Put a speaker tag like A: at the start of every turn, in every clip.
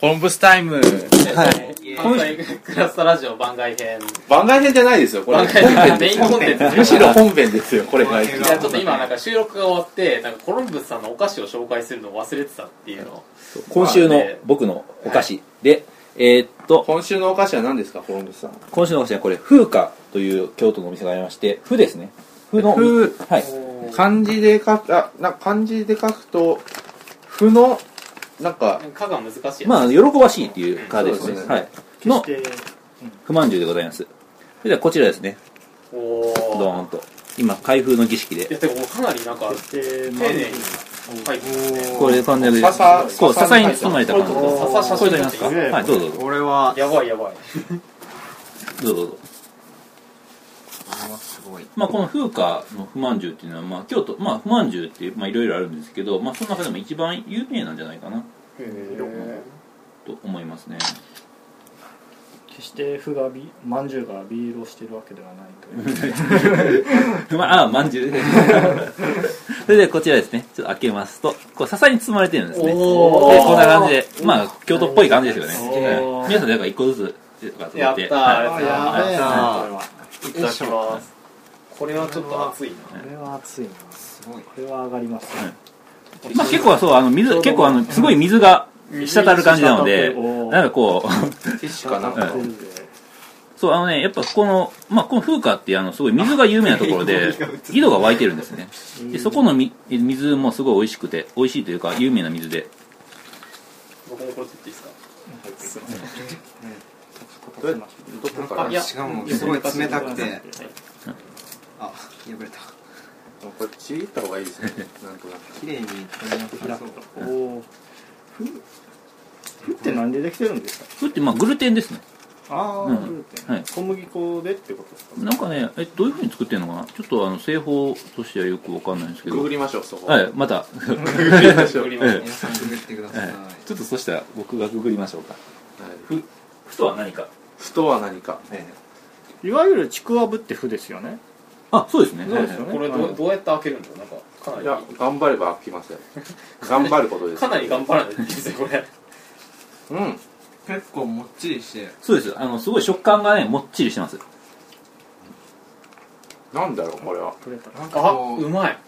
A: コンブスタイム
B: はい
C: 今週クラスタラジオ番外編
A: 番外編じゃないですよこれ
C: 番外編 メインコンテンツ
A: むしろ本編ですよこれが
B: い
A: い
B: や
C: いやちょっと今なんか収録が終わってなんかコロンブスさんのお菓子を紹介するのを忘れてたっていうのを
D: 今週の僕のお菓子で、えーっと、
A: 今週のお菓子は何ですかコロンブスさん
D: 今週のお菓子はこれ、風花という京都のお店がありまして、風ですね。風の。
A: 風
D: はい。
A: 漢字で書くあな漢字で書くと負のなんか
C: 蚊が難しいやつ
D: まあ、喜ばしいっていうかです
A: そう
D: ね。
A: ですね
D: はい。
B: 決し
D: の、
B: て
D: 不満獣でございます。それではこちらですね。
C: お
D: ド
C: ー
D: ーンと。今、開封の儀式
C: い
D: で。
C: やでもかなりなんか
B: 決
C: 丁寧
B: して
C: に書いてますね
D: これで完全で。
A: 笹
D: こう、
A: 笹
D: 笹
A: に入
D: に
A: って
D: 包まれた
C: これ
D: 感
C: ち
D: じ
C: ょっ
D: で
C: と笹写
D: こ
C: 真
D: れ
C: に
D: でい
C: なっ
D: ま
C: て
D: す
C: る
D: かはい、どうぞどうぞ。
E: 俺は
C: やばいやばい
D: どうぞどうぞ。
E: 俺はすごい
D: まあ、この風化の不満獣っていうのは、まあ、京都、まあ、不満獣っていう、まあ、いろいろあるんですけど、まあ、その中でも一番有名なんじゃないかなと思いますね。
B: 決してふがびまんじゅうがビールをしてるわけではないという
D: まあ、ああ、まんじゅう。 それで、こちらですね。ちょっと開けますと、こう、笹に包まれてるんですね。で、
C: おー
D: こんな感じで、まあ、京都っぽい感じですよね。
B: お
D: は
B: ー
D: い皆さん、なんか一個ずつ、とか取
C: や
D: っ。
C: ってた
D: はい
C: ーありがとうございま
E: や
B: これ
C: す
B: は
E: ばーいただきます
C: これはちょっと熱いな
B: これは熱いな
E: すごい
B: これは上がりますね
D: まあ、結構、そう、あの、水、結構、あの、すごい水が滴る感じなので、なんかこう、
A: ティッシュかなん
D: は
A: か
D: いそう、あのね、やっぱこの、まあ、この風化っていうあの、すごい 水が有名なところで、井戸が湧いてるんですね。で、そこのみ水もすごい美味しくて、美味しいというか、有名な水で。
C: 僕もこれ取っていいですかすいません
A: どうやどこか
E: な
A: ら
E: ん
C: いや
E: かしかもすごい冷たくてあ破れた
A: これちぎった方がいい ですねなんとなく
E: 綺麗に取れなさそう
B: おおふふって何でできてるんですか
D: ふって、まあ、グルテンですね。
B: あ
D: う
B: あ
D: ん
B: ふって
D: はい
B: 小麦粉でっ てことですか
D: なんかね、え、どういう風に作ってるのかなちょっとあの、製法としてはよくわかんないんですけ
A: ググ
D: ど。
A: りましょうそこ
D: はい、また。
C: 送ります
D: ええ
E: 皆さんくぐってください
D: はいちょっとそしたら僕がググりましょうか。
A: ふ
D: ふ、ふとは何か。
A: ふとは何か
E: え
B: いわゆるちくわぶってふですよね
D: あ、そうですね。
B: そうですよね
C: これどうどうやって開けるんだろうなんかかないり
A: や頑張れば飽きません頑張ることです
C: かなり頑張らないといけないですよこれ
A: うん
E: え結構もっちりして
D: そうです。あの、すごい食感がね、もっちりしてます。
A: なんだろうこれは
B: 取れた
E: なんか
C: あ
E: こ
C: うまい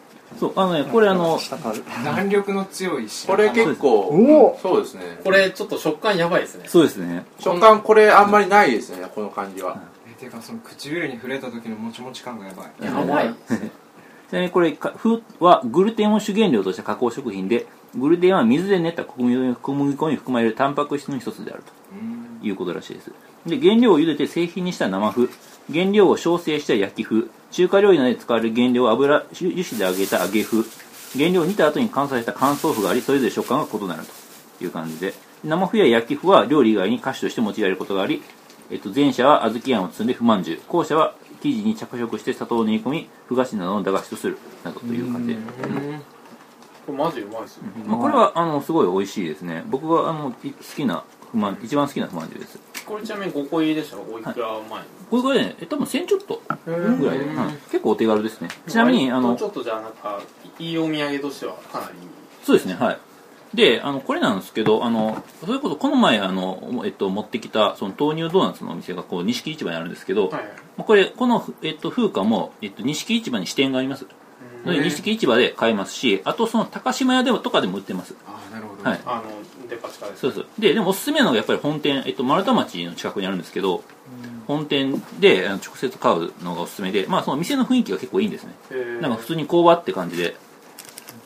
D: そう、あのね、これあの、
B: 下から
E: う弾力の強いし
A: これ結構
B: おお
A: そうですね
C: これちょっと食感やばいですね
D: そうですね。
A: 食感これあんまりないですねこの感じは
E: えてかその唇に触れた時のもちもち感がやばい
C: やばい
D: ちなみにこれかふはグルテンを主原料とした加工食品でグルテンは水で練った小麦小麦粉に含まれるタンパク質の一つである
E: うん
D: ということらしいですで原料を茹でて製品にした生麩原料を焼成した焼き麩中華料理などで使われる原料を油油油脂で揚げた揚げ麩原料を煮た後に乾燥した乾燥麩がありそれぞれ食感が異なるという感じで生麩や焼き麩は料理以外に菓子として用いられることがあり、えっと、前者は小豆あんを包んで不満獣後者は生地に着色して砂糖を練り込みふ菓子などの駄菓子とするなどという感じで、
C: これマジうまいですよ
D: まあ、これはあのすごい美味しいですね僕はあのい好きな不満一番好きな不満獣です
C: これちなみに5個入りでしたかおいくら前
D: これがねえ多分1000ちょっと
C: に
D: ぐらいで、はい結構お手軽ですねち
C: ち
D: なみにあの
C: ちょっとじゃあなんかいいお土産としてはかなり
D: そうですねはいであのこれなんですけどあのそれこそこの前あの、えっと、持ってきたその豆乳ドーナツのお店がこう錦市場にあるんですけど、
C: はい
D: まあこれこの、えっと、風花も、えっと、錦市場に支店がありますので錦市場で買えますしあとその高島屋でもとかでも売ってます
E: ああなるほど
D: はい
C: あのデパ地下です
D: そうそうででもおすすめなのがやっぱり本店、えっと、丸太町の近くにあるんですけど本店であの直接買うのがおすすめで、まあ、その店の雰囲気が結構いいんですねなんか普通に工場って感じで。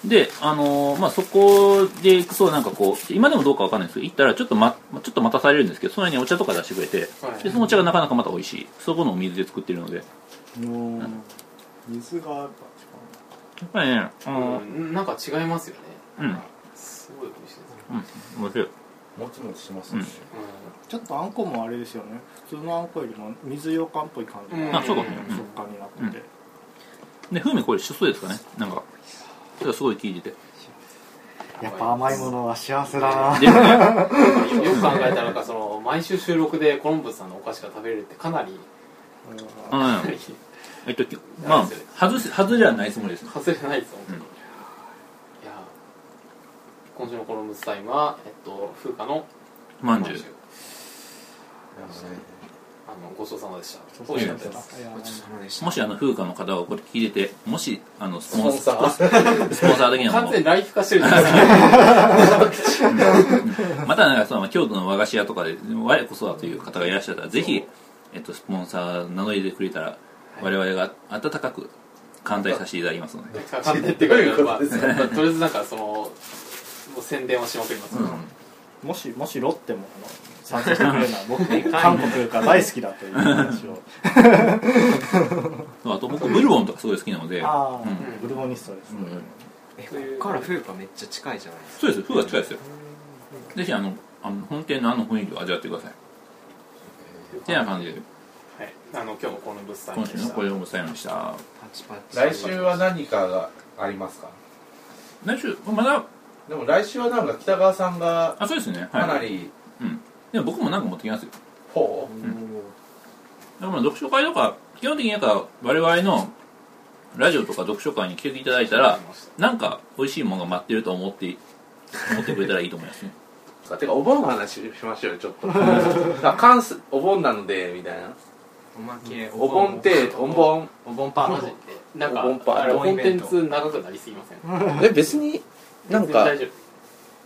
D: で、あのーまあ、そこで行くと、なんかこう、今でもどうかわかんないですけど、行ったらちょっとま、ちょっと待たされるんですけど、その間にお茶とか出してくれて、
C: はい
D: で、そのお茶がなかなかまた美味しい。そこのお水で作ってるので。や
B: の水がやっ
D: っぱりね、あのー
C: うんなんか違いますよね
D: うん、
C: すごい美味しいです
D: うん、面白い。
A: もちもちします
D: ね
B: ちょっとあんこもあれですよね普通のあんこよりも水ようかんっぽい感じの
C: うん
D: あそうかも
B: 食感になってて、
D: で、風味これしそうですかねなんか、それがすごい効いてて。
C: やっぱ
B: 甘いものは幸せだな
D: で、ね、
C: うんよく考えたらなんかその毎週収録でコロンブスさんのお菓子が食べれるってかなり
D: あのね、えっと、きまあ、外す、外れはないつもりです。
C: 外れないです本当に、いやー今週のコロンブスタイムはえっと風花の
D: まんじゅう
C: あのごちそうさまでした
B: そう
C: 美
B: そう
C: 味しかったです
B: いや
E: ごちそうさまでした
D: もしあの風花の方がこれ聞いててもしあのス
C: ス
D: ポ
C: ポ
D: ン
C: ン
D: サ
C: サ
D: ー
C: ー
D: スポンサー的な
C: 完
D: も
C: 全にライフ化してるじゃないですか
D: のまたなんかその京都の和菓子屋とかで我こそはという方がいらっしゃったらぜひ、えっと、スポンサー名乗り出てくれたら我々が温かく歓待させていただきますので、
C: 完全っていうか、まあ、とりあえずなんかそのもう宣伝はしまくります、
D: うん
B: もしもしロッテもあの参戦してくれるなら僕韓国が大好きだという話を
D: そうあと僕ブルボンとかすごい好きなので、
B: ああ、
D: う
B: ブルボニストですね、
D: うん
E: えこっから冬がめっちゃ近いじゃないですか
D: そうです風花近いですよぜひあのあの本店のあの雰囲気を味わってくださいてな感じで
C: はい、あの今日もこの物産
D: 今
C: で
D: 週
C: し
D: の
C: た
D: これをございました
E: パチパチ
F: 来週は何かがありますか
D: 来週まだ
F: でも来週はなんか北川さんが
D: あそうですね
F: かな
D: はい
F: り
D: でも僕もなんか持ってきますよ
F: ほ
E: おー
D: だから読書会とか基本的になんか我々のラジオとか読書会に来ていただいたらなんか美味しいものが待ってると思って思ってくれたらいいと思いますね
F: うてかお盆の話しましょうよちょっ とだ関数お盆なのでみたいな
E: おまけ
F: お盆ってお盆
E: お盆パ
C: マ
E: ー
C: ジ
E: テ
C: で
E: ィー
C: なんか
F: ボンパー
C: あれコンテンツ長くなりすぎません
A: え別になんか
C: 全然大丈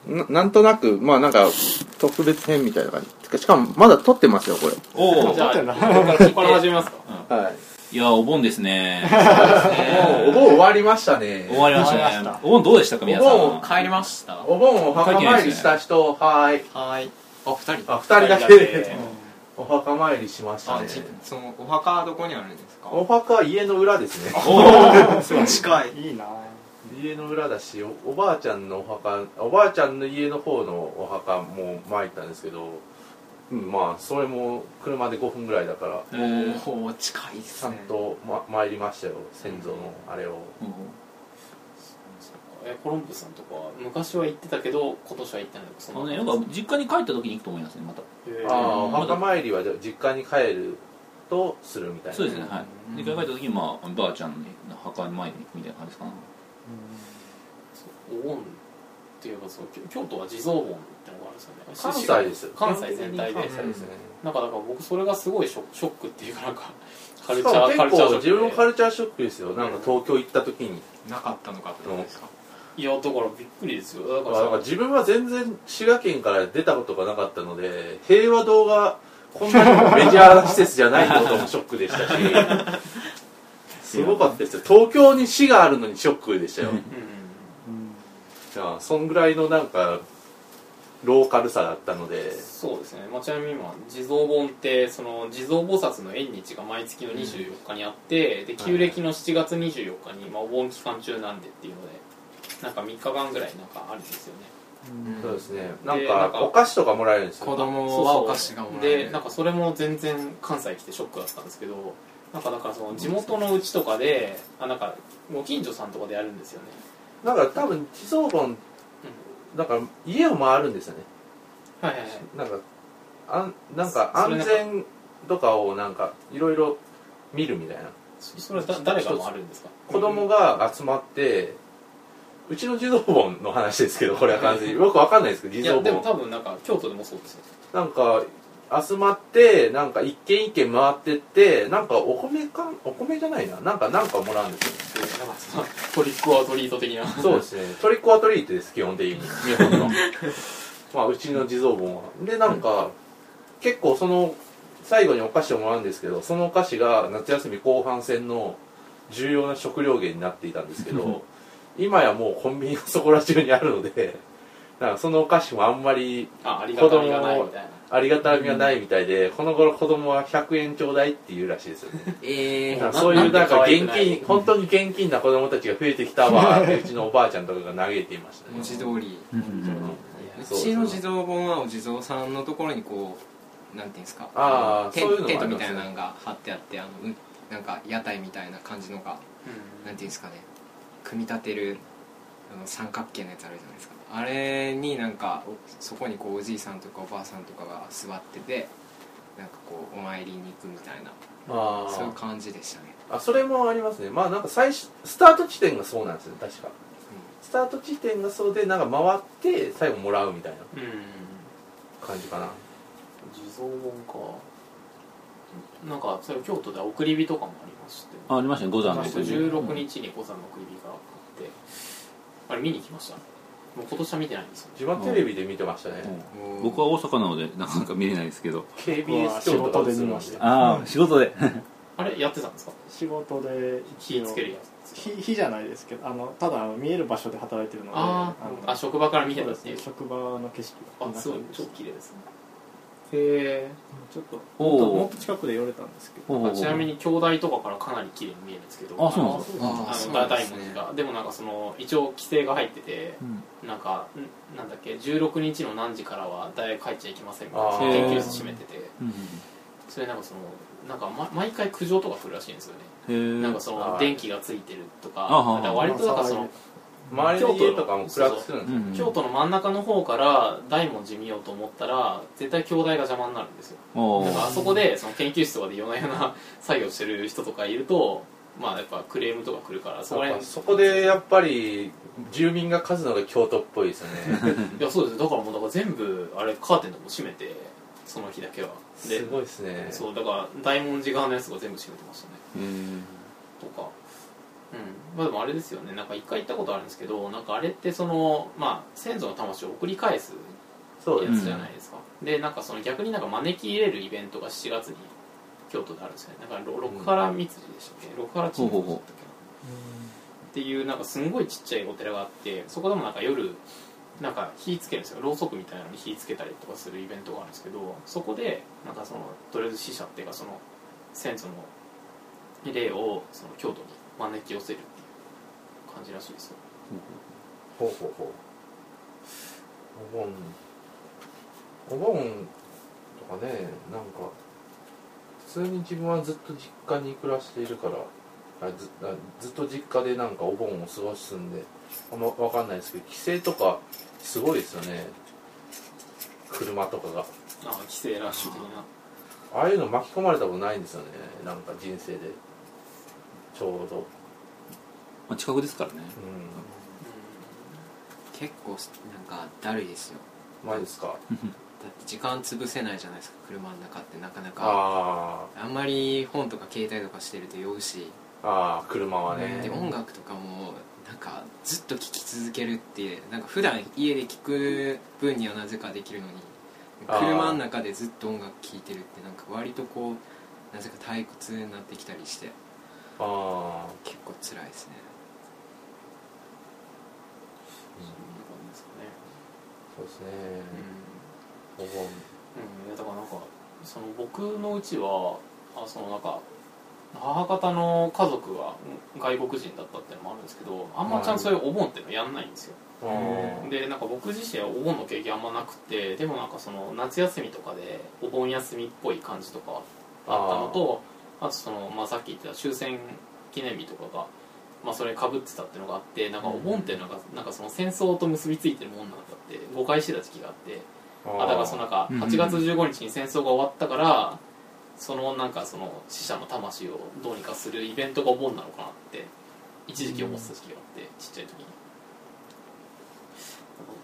A: ななんとなくまあなんか特別編みたいな感じてかしかもまだ撮ってますよこれ
D: お
C: 夫じ
D: お
C: ゃあ
B: そうだな
C: ここから始めますか
A: はい
D: いやお盆です ね
F: もうお盆終わりましたね
D: 終わりまし
B: 終わ
D: た
B: りま
D: ね
B: した
D: お盆どうでしたか皆さん
F: お盆
E: 帰りましたは
F: お盆お墓参りした人はーい
E: ーいあ二人
F: あ二人だけでお墓参りしました
E: あ
F: ね
E: ちそのお墓はどこにあるんですか
F: お墓は家の裏ですね
E: 近い
B: いいなぁ
F: 家の裏だしおおばあちゃんのお墓おばあちゃんの家の方のお墓も参ったんですけど、うん、まあそれも車で5分ぐらいだから
D: えー
E: おお近いで
F: ちゃ
E: す
F: ん
E: ね
F: と、ま、参りましたよ先祖のあれを
C: えコロンブスさんとかは昔は行ってたけど今年は行ってないそ
D: あ
C: の
D: のねなんか実家に帰った時に行くと思いますねまた
C: え
F: ああお墓参りはじゃあ実家に帰るとするみたいな
D: そうですねはい実家に帰った時にまあばあちゃんの墓に参りに行くみたいな感じかな
C: お盆っていうかそうきょ京都は地蔵盆ってのがあるんですよね
F: 関西ですよ
C: 関西全体で
F: 関西ですね、
C: なんかだから僕それがすごいショショックっていうかなんかカ
F: し
C: ルチ
F: かも
C: ャーカル
F: 結
C: チャー
F: 構
C: ショック
F: 自
C: で
F: 分もカルチャーショックですよなんか東京行った時に
E: なかったのかってことですか
C: いやだからびっくりですよだから
F: だから自分は全然滋賀県から出たことがなかったので平和堂がこんなにもメジャーな施設じゃないってこともショックでしたし すごかったですよ東京に市があるのにショックでしたよ
C: うんうんうん
B: うん
F: いやそんぐらいのなんかローカルさだったので
C: そうですね、まあ、ちなみに今地蔵本ってその地蔵菩薩の縁日が毎月の24日にあって、で旧暦の7月24日に、まあ、お盆期間中なんでっていうのでなんか3日間ぐらいなんかあるんですよね
F: そうですね
C: ん
F: なん
C: でなん
F: か
C: か
F: お菓子とかもらえるんです
E: 子
F: よ
E: 供はお菓子がもらえる
C: でなんかそれも全然関西来てショックだったんですけどなんかだからその地元のうちとかであなんかご近所さんとかでやるんですよね
F: だから多分地蔵盆だから家を回るんですよね
C: はいはいはい
F: なんかあんなんか安全とかをなんかいろいろ見るみたいな
C: そそれはだ誰がもあるんですか
F: 子供が集まって、うちの児童盆の話ですけどこれは完全によくわかんないですけど
C: い
F: 児
C: や
F: 童
C: でも
F: 盆
C: 多分なんか京都でもそうですよ
F: なんか集まってなんか一軒一軒回ってってなんかお米かんお米じゃないななんかなんかもらうんですよ
C: でなんかそのトリックオアトリート的な
F: そうですねトリックオアトリートです基本的に日本 のまあうちの地蔵盆はでなんか、結構その最後にお菓子をもらうんですけどそのお菓子が夏休み後半戦の重要な食料源になっていたんですけ ど今やもうコンビニのそこら中にあるのでだからそのお菓子もあんまり
C: あありがたみがないみたいな
F: ありがたみがないみたいで、この頃子供は100円ちょうだいっていうらしいですよね
E: え
F: なんか
C: な
F: そういうなんか
C: なんて可愛
F: 現
C: くない
F: 金本当に現金な子供たちが増えてきたわってうちのおばあちゃんとかが嘆いていましたね
E: 文字通りう
F: そう
E: ちの児童本はお地蔵さんのところにこうなんていうんですか
F: あー
E: のテン
F: そういうのも
E: テン
F: あ
E: ト
F: り
E: み
F: ますね
E: たいなのが張ってあってあのうなんか屋台みたいな感じのがなんていうんですかね組み立てるあの三角形のやつあるじゃないですかあれになんかおそこにこうおじいさんとかおばあさんとかが座っててなんかこうお参りに行くみたいな
F: あ
E: そういう
F: ー
E: 感じでしたね
F: あそれもありますねまあなんか最初スタート地点がそうなんですよね確かスタート地点がそうでなんか回って最後もらうみたいな
C: うんうん
F: 感感じかな
C: 地蔵本かなんかそれ京都では送り火とかもありまして
D: あありましたね五山の奥に
C: 16日に五山の送り火があってあれ見に来ましたねもう今年は見てないんですよね
F: 自分はテレビで見てましたね、
E: おー
D: 僕は大阪なのでなかなか見れないですけど
F: KBS 京都が映るん
B: 仕事で見まし
F: で
B: た
D: ああ仕事で
C: あれやってたんですか
B: 仕事で
C: 火つけるやつ
B: 火火じゃないですけどあのただ見える場所で働いてるので
C: あー
B: の
C: あ職場から見て
B: そう
C: た
B: で
C: ってい
B: すね
C: う
B: 職場の景色
C: あすごい
B: こんな感じで
C: 超
B: し
C: 綺麗ですねへえ
B: たちょっと
D: おー
B: もっと近くで寄れたんですけど
D: ほうほうほう
C: ちなみに兄弟とかからかなり綺麗に見えるんですけど
D: あそうなんですか
E: あー
C: あ
E: そ
C: の
E: うなんで
C: 大
E: す
C: 文字
E: ね
C: がでもなんかその一応規制が入ってて
D: うん
C: なんかんなんだっけ16日の何時からは大学入っちゃいけませんみたい
F: あ
C: な
F: ー
C: 研究室閉めてて
D: うん
C: それなんかそのなんか、ま、毎回苦情とか来るらしいんですよね、
D: うんへ
C: なん
D: え
C: かそ
F: あ
C: の
F: ー
C: 電気がついてるとか
D: あはは
C: だから割となんかその
F: 周りの家とかも暗くするんですよ、
D: う
C: 京
D: ん
C: 都の真ん中の方から大文字見ようと思ったら絶対兄弟が邪魔になるんですよ
D: お
C: なんかあ
D: ー
C: そこでその研究室とかで夜な夜な作業してる人とかいるとまあやっぱクレームとか来るからそこら
F: やっぱ
C: 辺
F: そこでやっぱり住民が数のが京都っぽいですよね
C: いやそうですだからもうだから全部あれカーテンとかも閉めてその日だけはです
F: ごいですね
C: そうだから大文字側のやつが全部閉めてましたね
D: へー
C: とかうんまあでもあれですよねなんか一回行ったことあるんですけどなんかあれってそのまあ先祖の魂を送り返す
F: そう
C: や
F: です
C: つじゃないですか、でなんかその逆になんか招き入れるイベントが7月に京都であるんですよねだからろ六原三辻でしたっけ六原地方だったっけな
D: ほうほうほ
C: っていうなんかすんごいちっちゃいお寺があってそこでもなんか夜なんか火つけるんですよろうそくみたいなのに火つけたりとかするイベントがあるんですけどそこでなんかそのとりあえず死者っていうかその先祖の霊をその京都に招き寄せるっていう感じらしいですよ
F: ほうほうほうお盆お盆とかねなんか普通に自分はずっと実家に暮らしているからあずあずっと実家でなんかお盆を過ごすんであんま分かんないですけど帰省とかすごいですよね車とかが
C: ああ規制ラッシュ的な
F: ああいうの巻き込まれたことないんですよねなんか人生でちょうど、
D: まあ近くですからね
F: うん、
E: 結構すなんかだるいですよ
F: 前ですか
E: だって時間潰せないじゃないですか車の中ってなかなか
F: あ
E: あんまり本とか携帯とかしてると酔うし
F: あああ車はね
E: で音楽とかもなんかずっと聴き続けるってなんか普段家で聴く分にはなぜかできるのに
F: あー
E: 車の中でずっと音楽聴いてるってなんか割とこうなぜか退屈になってきたりして
F: ああ
E: 結構辛いですね
C: 感じですかね
F: そうですね、
C: う
F: お
C: ん
F: 盆
C: うん、いやだからなんかその僕のうちはあそのなんか母方の家族が外国人だったっていうのもあるんですけどあんまちゃんとそういうお盆っていうのやんないんですよ
F: あー
C: でなんか僕自身はお盆の経験あんまなくてでもなんかその夏休みとかでお盆休みっぽい感じとかはあったのとあとその、まあ、さっき言ってた終戦記念日とかが、まあ、それかぶってたっていうのがあってなんかお盆っていうのがなんかその戦争と結びついてるもんなんだって誤解してた時期があってあだからそのなんか
D: うんうん
C: 8月15日に戦争が終わったからそのなんかその死者の魂をどうにかするイベントがお盆なのかなって一時期思ってた時期があってちっちゃい時に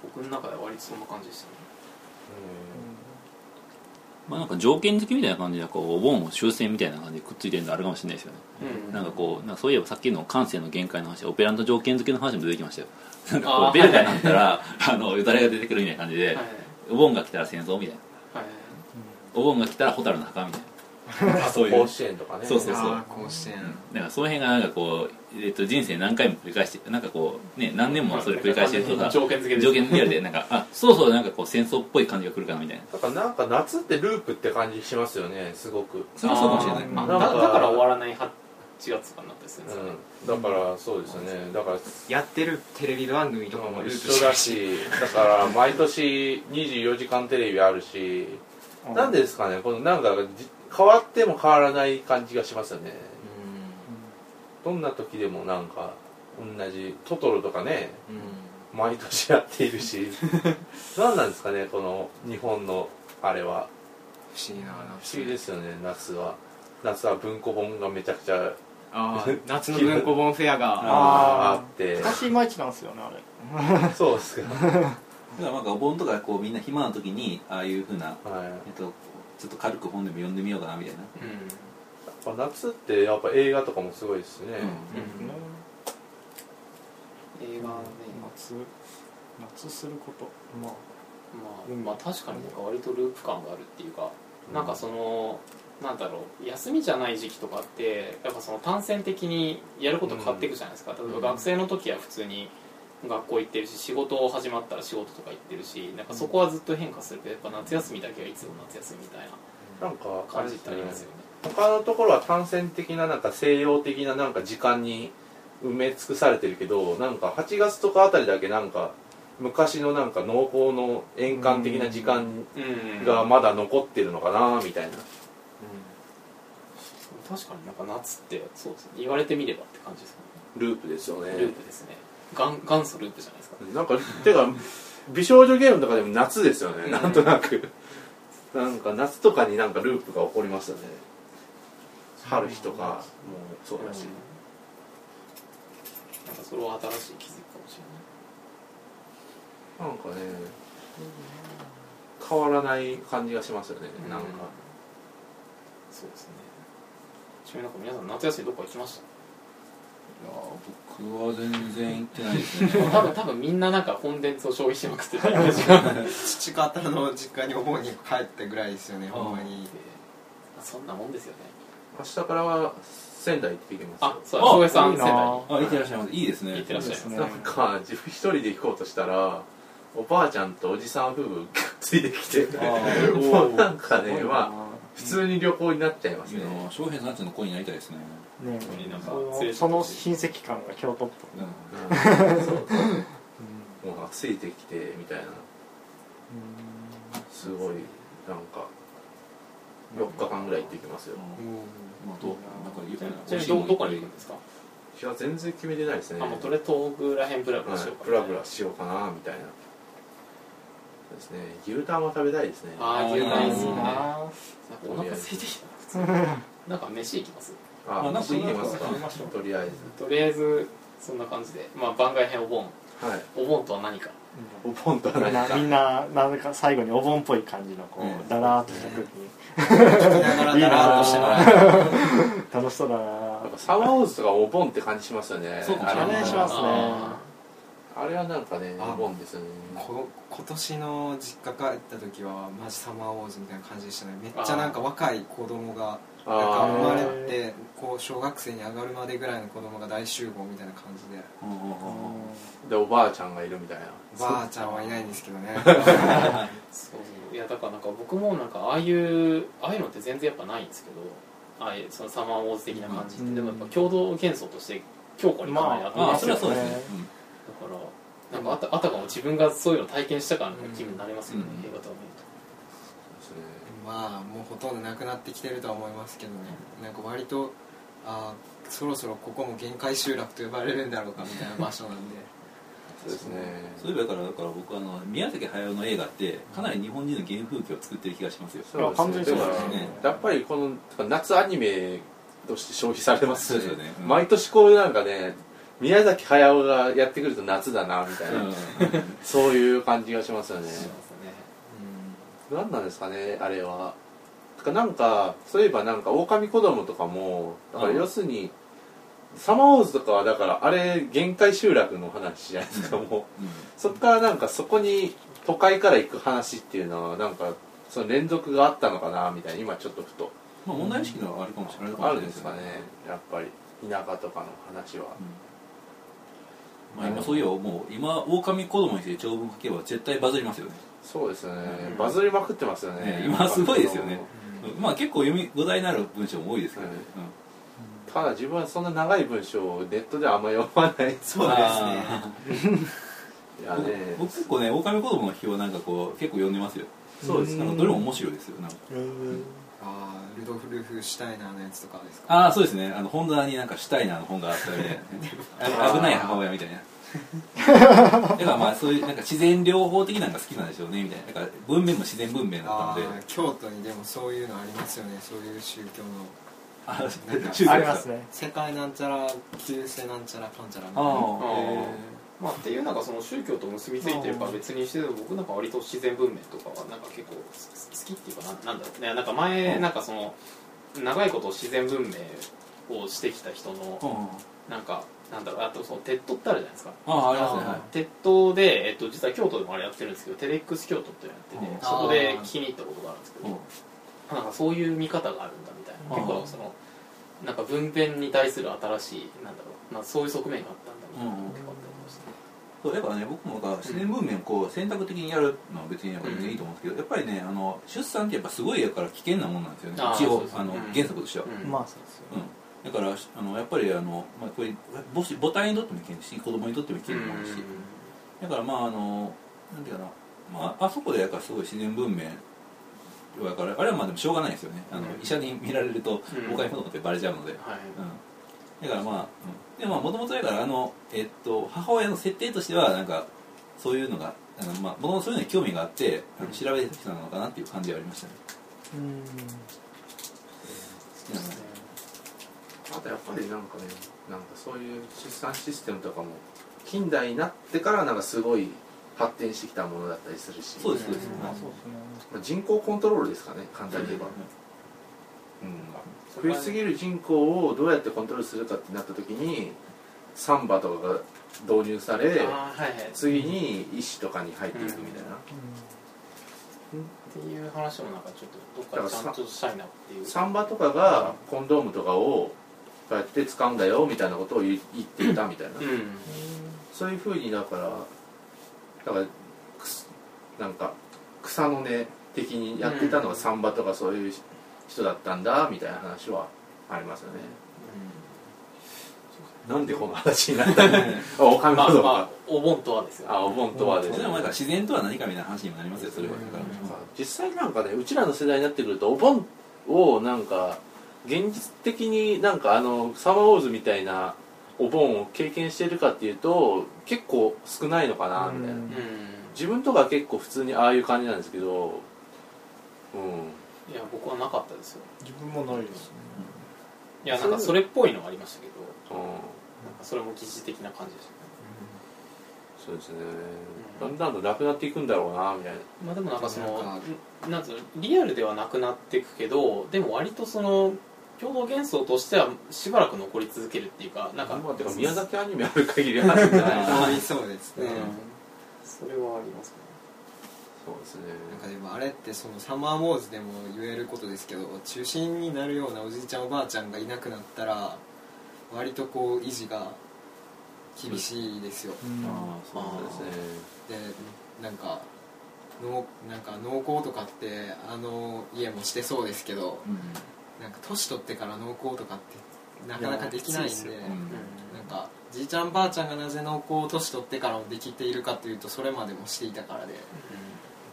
C: 僕の中では割とそんな感じでしたね
D: まあなんか条件付きみたいな感じでこうお盆を終戦みたいな感じでくっついてるのあるかもしれないですよね
C: うん
D: なんかこうなんかそういえばさっきの感性の限界の話オペラント条件付けの話も出てきましたよ なんかこ
C: あー
D: うベルが鳴ったら あのよだれが出てくるみたいな感じ
C: はい
D: で
C: はい
D: お盆が来たら戦争みたいなお盆が来たら蛍の墓みたいな なんかそういう
F: 甲子園とかね
D: そうそうそう
E: あー甲子園
D: なんかその辺がなんかこう、えっと人生何回も繰り返してなんかこうね何年もそれ繰り返してるとか
C: 条件付けです
D: 条件付けられてなんかあそろそろなんかこう戦争っぽい感じが来るかなみたいな
F: だからなんか夏ってループって感じしますよねすごく、
D: それはそうかもしれない
C: あ
D: うん
C: ーだだから終わらない8月とかになったりするんですよね
F: うん、だからそうですよねだから
E: やってるテレビ番組とかもループ
F: 一緒だしだから毎年24時間テレビあるしなんでですかねこのなんかじ変わっても変わらない感じがしますよねどんな時でもなんか同じトトロとかね
E: うんうん
F: 毎年やっている し何なんですかねこの日本のあれは
E: 不思議な話
F: 不思議ですよね夏は夏は文庫本がめちゃくちゃ
E: あー夏の文庫本フェアが
B: あ
F: あ
B: ー
F: って
B: 私いまいちなんですよねあれ
F: そうですか
D: だからなんかお盆とかこうみんな暇な時にああいうふうな、
F: はい、や
D: えっと、ちょっと軽く本でも読んでみようかなみたいな、
F: っぱ夏ってやっぱ映画とかもすごいですね、
C: うん映画はね
B: 夏夏することま
C: ま
B: あ
C: あ、
B: うん
C: まあ確かになんか割とループ感があるっていうか、なんかそのなんだろう休みじゃない時期とかってやっぱその単線的にやること変わっていくじゃないですか、例えば学生の時は普通に学校行ってるし仕事始まったら仕事とか行ってるしなんかそこはずっと変化するけどやっぱ夏休みだけはいつも夏休みみたいな
F: なんかあ
C: 感
F: れ
C: じ
F: で
C: ってありますす
F: ね
C: よね
F: 他のところは単線的ななんか西洋的ななんか時間に埋め尽くされてるけどなんか8月とかあたりだけなんか昔のなんか濃厚の円環的な時間
C: うん
F: がまだ残ってるのかなみたいな、
C: 確かになんか夏ってそうですね言われてみればって感じですよ
F: ループですよね
C: ねループですね元元祖ループじゃないですか
F: なんかてか美少女ゲームとかでも夏ですよねなんとなくなんか夏とかになんかループが起こりますよね春日とかもそうだし、
C: なんかそれは新しい気づきかもしれな
F: な
C: い
F: んかね変わらない感じがしますよね、なんか
C: そうですねちなみになんか皆さん夏休みどっか行きまし
D: いや僕は全然行ってないですね
C: た多分多分みんななんかコンテンツを消費しまくってたイメージが
E: 父方の実家にお盆に帰ったぐらいですよねほんまに
C: そんなもんですよね
F: 明日からは仙台行ってきます
C: あ
F: よ
C: そうだ翔平さん
B: いい
C: 仙
B: な
C: 台に
D: あ行ってらっしゃいますいいですね
C: 行ってらっしゃいます
B: ね
F: なんか自分一人で行こうとしたらおばあちゃんとおじさん夫婦がついてきて
D: あ
F: もうなんかねまあ普通に旅行になっちゃいます
D: いい
F: ね、
D: な翔平さんちの子になりたいですね、
B: ね
C: なんか
B: そ
C: 連れ
B: の
C: て
B: その親戚感が京都っぽい、
D: うん
F: うんそうそうもうついてきてみたいなすごいなんか4日間ぐらい行ってきますよ
D: まあどうなんかよく
C: ちなみにどどこに行くんですか
F: いや全然決めてないですね
C: あもうとりあえず東北らへんブラブラしようか
F: ブラブラしようかなみたいなそうですね牛タンは食べたいですね
C: ああ牛タンいいっすね
D: うん
C: なんかお腹空いてきた普 通になんか飯行きます
F: あ
D: まあなんか
F: 飯行きます
D: なんか
F: かとりあえ
C: とりあえずそんな感じでまあ番外編お盆
F: ずはい
C: お盆とは何か
F: お盆とは
B: みん
F: 何
B: な
F: か
B: みんななんか最後にお盆っぽい感じのこ
D: うん
B: うだらーっとした空
E: 聞きながらだらーっとしてもらえ
B: 気楽しそうだな
F: やっぱサワーオーズとかお盆って感じしますよね
D: そうかも
F: あ
D: し
F: れ
D: れ
B: お
D: ない
B: 願いしますね
C: あ
F: あれはなんかね
E: あ
F: お盆ですよね
E: こ今年の実家帰った時はマジサマーウォーズみたいな感じでしたねめっちゃなんか若い子供がなんか生ま
F: あ
E: れてこう小学生に上がるまでぐらいの子供が大集合みたいな感じで
F: ーでおばあちゃんがいるみたいな
E: おばあちゃんはいないんですけ どね
C: そういやだからなんか僕もなんかああいうああいうのって全然やっぱないんですけどああいうそのサマーウォーズ的な感じって、
B: うん
C: でもやっぱ共同幻想として強固にかなりあって
D: ああ
C: ま
D: そ
C: す
D: れ
C: よ、
D: はそうですね、
C: だからなんかあたあたかも自分がそういうの体験したかのような気分になりますよね、
D: うん
C: 映画とか
F: そうですね
E: まあもうほとんどなくなってきてるとは思いますけどねなんか割とあーそろそろここも限界集落と呼ばれるんだろうかみたいな場所なんで
F: そうですね
D: うんそういえばだからだから僕あの宮崎駿の映画ってかなり日本人の原風景を作ってる気がしますよ
F: そう
B: 完全
F: で
B: に
F: す
B: そ
F: ねだ
B: うで
F: か
B: す
D: ね
F: らやっぱりこの夏アニメとして消費されますよ
D: そうですよねうん
F: 毎年こうなんかね宮崎駿がやってくると夏だなみたいな、そういう感じがしますよね
C: 見るとしますね
F: 何なんですかねあれはてかなんかそういえばなんか狼子供とかもだから
D: うん
F: 要するに、サマーウォーズとかはだからあれ限界集落の話じゃないですかもうそっからなんかそこに都会から行く話っていうのはなんかその連続があったのかなみたいな今ちょっとふと
D: まあ問題意識のあるかもしれない
F: あるんですかねやっぱり田舎とかの話は、
D: まあ今そういえばもう今狼子供にして長文書けば絶対バズりますよね
F: そうですよね、
C: うん
F: バズりまくってますよね
D: ね今すごいですよね
E: うん
D: まあ結構読みご題のある文章も多いですけど
F: は
D: ね
F: い
D: うん
F: ただ自分はそんな長い文章をネットではあんま読まない
E: そうですね
F: いやね
D: 僕結構ね狼子供の日はなんかこう結構読んでますよ
F: そうですね
D: なんかどれも面白いですよなんか
E: あールドフルフ・シュタイナーのやつとかですか
D: ああそうですねあの本棚になんかシュタイナーの本があった みたいなあ危ない母親みたいなだからまあそういうなんか自然療法的なのが好きなんでしょうねみたいなだから文面も自然文面だったの
E: あ
D: で
E: ー京都にでもそういうのありますよねそういう宗教の
D: あ あ
E: なんか
B: ありますね
E: 世界なんちゃら旧世なんちゃらかんちゃらみたい
D: あ
E: な
D: あ
C: あー
D: へ
C: まあ、っていうなんかその宗教と結びついてるか別にして僕なんか割と自然文明とかはなんか結構好き好きっていうかななんだろうねなんか前なんかその長いこと自然文明をしてきた人のなんかなんだろうあとそう鉄塔ってあるじゃないですか
G: ああありますねはい
C: 鉄塔で、えっと、実は京都でもあれやってるんですけどテレックス京都っていうのやって
G: うん
C: てそこで気に入ったことがあるんですけど
G: うん
C: なんかそういう見方があるんだみたいな
G: うん
C: 結構そのなんか文献に対する新しいなんだろう、まあ、そういう側面があったんだみたいなのが結構あったりましたね
G: そうやっぱね僕もなんか自然文明をこう選択的にやるのは別にやっぱ全然いいと思うんですけど、やっぱりねあの出産ってやっぱすごいやから危険なもんなんですよね
C: あー
G: 一
C: そう
G: 応
C: そう
G: あの
C: うん
G: 原則としては、
C: うん
B: まあそうですよ
G: だからあのやっぱりあの、まあ、これ母子母体にとっても危険ですし子供にとっても危険なもんですし、だからまああのなんていうかな、まあ、あそこでやっぱすごい自然文明だからあれはまあでもしょうがないですよねあの、
C: うん
G: 医者に見られると
C: うん
G: 他に子供ってバレちゃうので、うん
C: はい
G: だからまあ、うん、でももともとだからあの、えっと、母親の設定としてはなんかそういうのがあのまあもともとそういうのに興味があってあの調べてきた人なのかなっていう感じはありましたね、
B: うん
G: うん
F: あとやっぱりなんかねなんかそういう出産システムとかも近代になってからなんかすごい発展してきたものだったりするし
G: そうですそうです、
C: うん
G: はい
B: そうですね
F: まあ人口コントロールですかね簡単に言えば、うん、増えすぎる人口をどうやってコントロールするかってなった時にサンバとかが導入され
C: あーはいはい
F: 次に医師とかに入っていくみたいな、
C: っていう話もなんかちょっとどっかでちゃんとしたいなっていう
F: サンバとかがコンドームとかをこうやって使うんだよみたいなことを言い言っていたみたいな、
C: うん
F: そういうふうにだからだからくすなんか草の根的にやってたのがサンバとかそういう人だったんだみたいな話はありますよね、なんでこの話になったのあおかみ
C: まあ
F: ほど
C: まあお盆とはですよ
F: あお盆とはです
G: で
F: ね
G: もなんか自然とは何かみたいな話にもなりますよそれはだから、
F: 実際なんかねうちらの世代になってくるとお盆をなんか現実的になんかあのサマーウォーズみたいなお盆を経験してるかっていうと結構少ないのかなみたいな、
B: うん
C: うん
F: 自分とか結構普通にああいう感じなんですけどうん
C: いや僕はなかったですよ
B: 自分もないですね
C: いやなんかそれっぽいのはありましたけ
F: う
C: ど
F: ん
C: なんかそれも疑似的な感じでしたね
F: そうですねだんだんとなくなっていくんだろうなみたいな
C: まあでもなんかその
E: なんか
C: んなんつうのリアルではなくなっていくけどでも割とその共同幻想としてはしばらく残り続けるっていうかなんか
F: まあてか宮崎アニメある限りあるんじゃないかな
E: ありそうです
C: う
E: ね、
C: んそれはありますね
F: そうですね
E: なんかでもあれってそのサマーモーズでも言えることですけど中心になるようなおじいちゃんおばあちゃんがいなくなったら割とこう維持が厳しいですよ
F: ああそうですね
E: でなんかのなんか農耕とかってあの家もしてそうですけどなんか年取ってから農耕とかってなかなかできないんで
B: いや
G: うんうん
E: なんかじいちゃんばあちゃんがなぜ農耕を年取ってからもできているかというとそれまでもしていたからで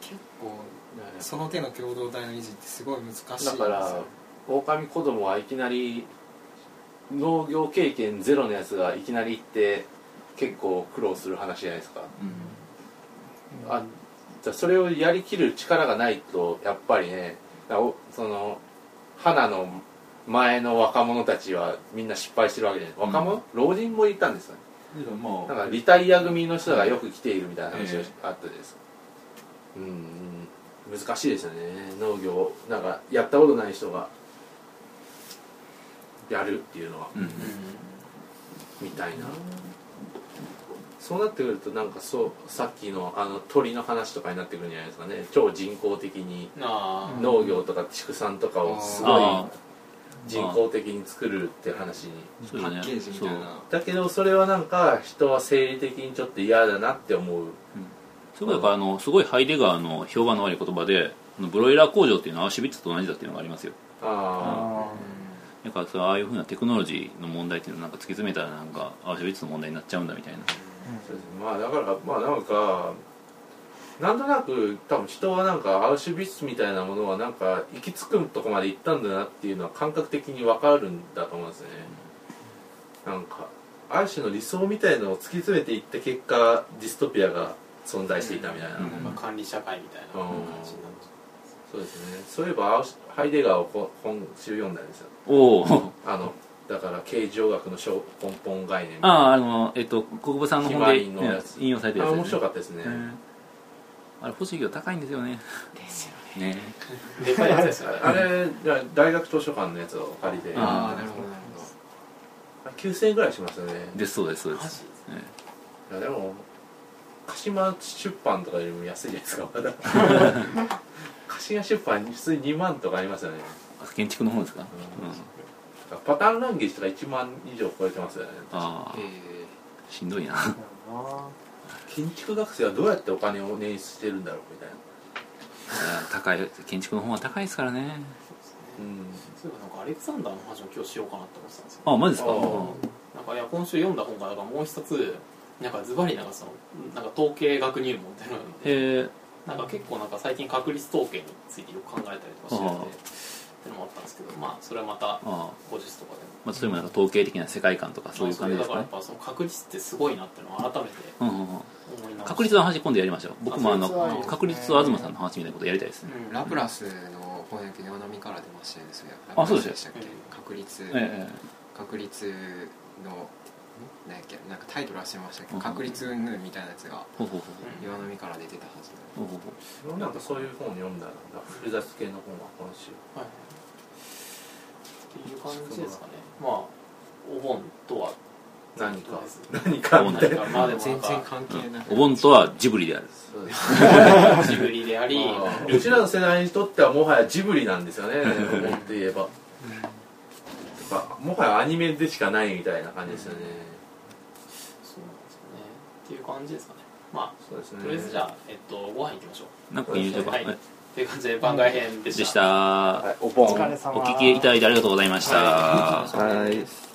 E: 結構その手の共同体の維持ってすごい難しいんです
F: だ
E: よ
F: から狼子供はいきなり農業経験ゼロのやつがいきなり行って結構苦労する話じゃないですかあじゃあそれをやりきる力がないとやっぱりねだおその花の前の若者たちはみんな失敗してるわけじゃない若者、老人もいたんですよね
G: でも
F: なん
G: まあ
F: かリタイア組の人がよく来ているみたいな話が
G: え
F: あったです、うんうん難しいですよね農業なんかやったことない人がやるっていうのは
G: うん
F: みたいな、そうなってくるとなんかそうさっきのあの鳥の話とかになってくるんじゃないですかね超人工的に
C: ああ
F: 農業とか畜産とかをすごい
G: あ
F: 人工的に作るって話に
D: そうだね
E: パッケージみたい
D: そう
E: な
F: だけどそれはなんか人は生理的にちょっと嫌だなって思う
D: すごいだからあのすごいハイデガーの評判の悪い言葉であのブロイラー工場っていうのはアウシュビッツと同じだっていうのがありますよ
F: あ
B: あ
D: だからそれああいうふうなテクノロジーの問題っていうのをなんか突き詰めたらなんかアウシュビッツの問題になっちゃうんだみたいな
F: あそうですねまあだからまあなんかなんとなく多分人はなんかアウシュビッツみたいなものはなんか行き着くとこまで行ったんだなっていうのは感覚的に分かるんだと思うんですねなんかある種の理想みたいのを突き詰めていった結果ディストピアが存在していたみたいな、
G: うん
C: なんか管理社会みたいな感じになっちゃ
F: そうですねそういえばアウシュハイデガーをこ今週読んだんですよ
D: おお
F: あのだから形状学の小根本概念
D: あああのえっと国分さんの本で
F: ひまわりのやつ
D: 引用されてる
F: あ
D: やつ、
F: れ面白かったですね、
D: うんあれ欲しいけど高いんですよね
E: ですよね
D: ね
C: でかいやつですよね
F: あれじゃあ大学図書館のやつを借りて
D: あ
E: ああなるほどなるほど
F: 9000円ぐらいしますよね
D: ですそうですそうで
C: マジ
D: す
F: いやでも鹿島出版とかよりも安いじゃないですかまだ 鹿島出版普通に2万とかありますよね
D: あ建築の方ですか、
F: う
D: うんん
F: パターンランゲージとか1万以上超えてますよね
D: ああ
E: え
D: しんどいな
F: 建築学生はどうやってお金を捻出してるんだろうみたいな
D: 高い建築の本は高いですからね
F: うん
C: そういえばなんかアレクサンダーの話を今日しようかなと思ってたんですよ
D: あマジですか
F: あ
C: なんかいや今週読んだ本がなんかもう一冊なんかズバリなんかそのなんか統計学入門みたいなので
D: へえ
C: なんか結構なんか最近確率統計についてよく考えたりとかしてて
D: ああ
C: ってのもあったんですけどまあそれはまた
D: ああ
C: 後日とかでも
D: まあ、それもなんか統計的な世界観とかそういう感じですか
C: だ
D: ね
C: からやっぱその確率ってすごいなっていうのを改めて
D: うんうんうん
C: 思いな
D: 確率の話今度やりましょう僕もあの
B: 確率はいい
D: 確率と
B: ですね
D: 東さんの話みたいなことやりたいですね、
E: ーラプラスの翻訳山並から出ましたよねそれ
D: あそうで
E: したっけ
C: うん
E: 確率
D: え
E: 確率のんなんやっけなんかタイトル忘れましたけ
D: う
E: ど
D: ん
E: 確率云々みたいなやつが
D: えほうほう
E: 岩波から出てたはず
D: ほうほうほうほ
F: なんかそういう本読んだなんか複雑系の本は今週
C: はいっていう感じですかねまあお盆とは
F: 何か
C: です
F: 何か
D: う
F: み
D: な
F: たい
D: ん
F: な
D: だ
C: まあでもなん
E: 全然
C: か
E: 関係なく
D: お盆とはジブリである
F: そうです
C: ジブリであり
F: まあうちらの世代にとってはもはやジブリなんですよね思って言えばやっぱもはやアニメでしかないみたいな感じですよね、
C: そうなんですよねっていう感じですかねま
F: そうです
C: あ
F: ね
C: とりあえずじゃあ、えっと、ご飯行きましょう
D: なんか言いましょうか、
C: はい
D: はい
C: っていう感じで番外編で
D: で
C: し
D: したた
F: はい、お盆
B: お疲れ様
D: お聞きいただいてありがとうございました、
A: はい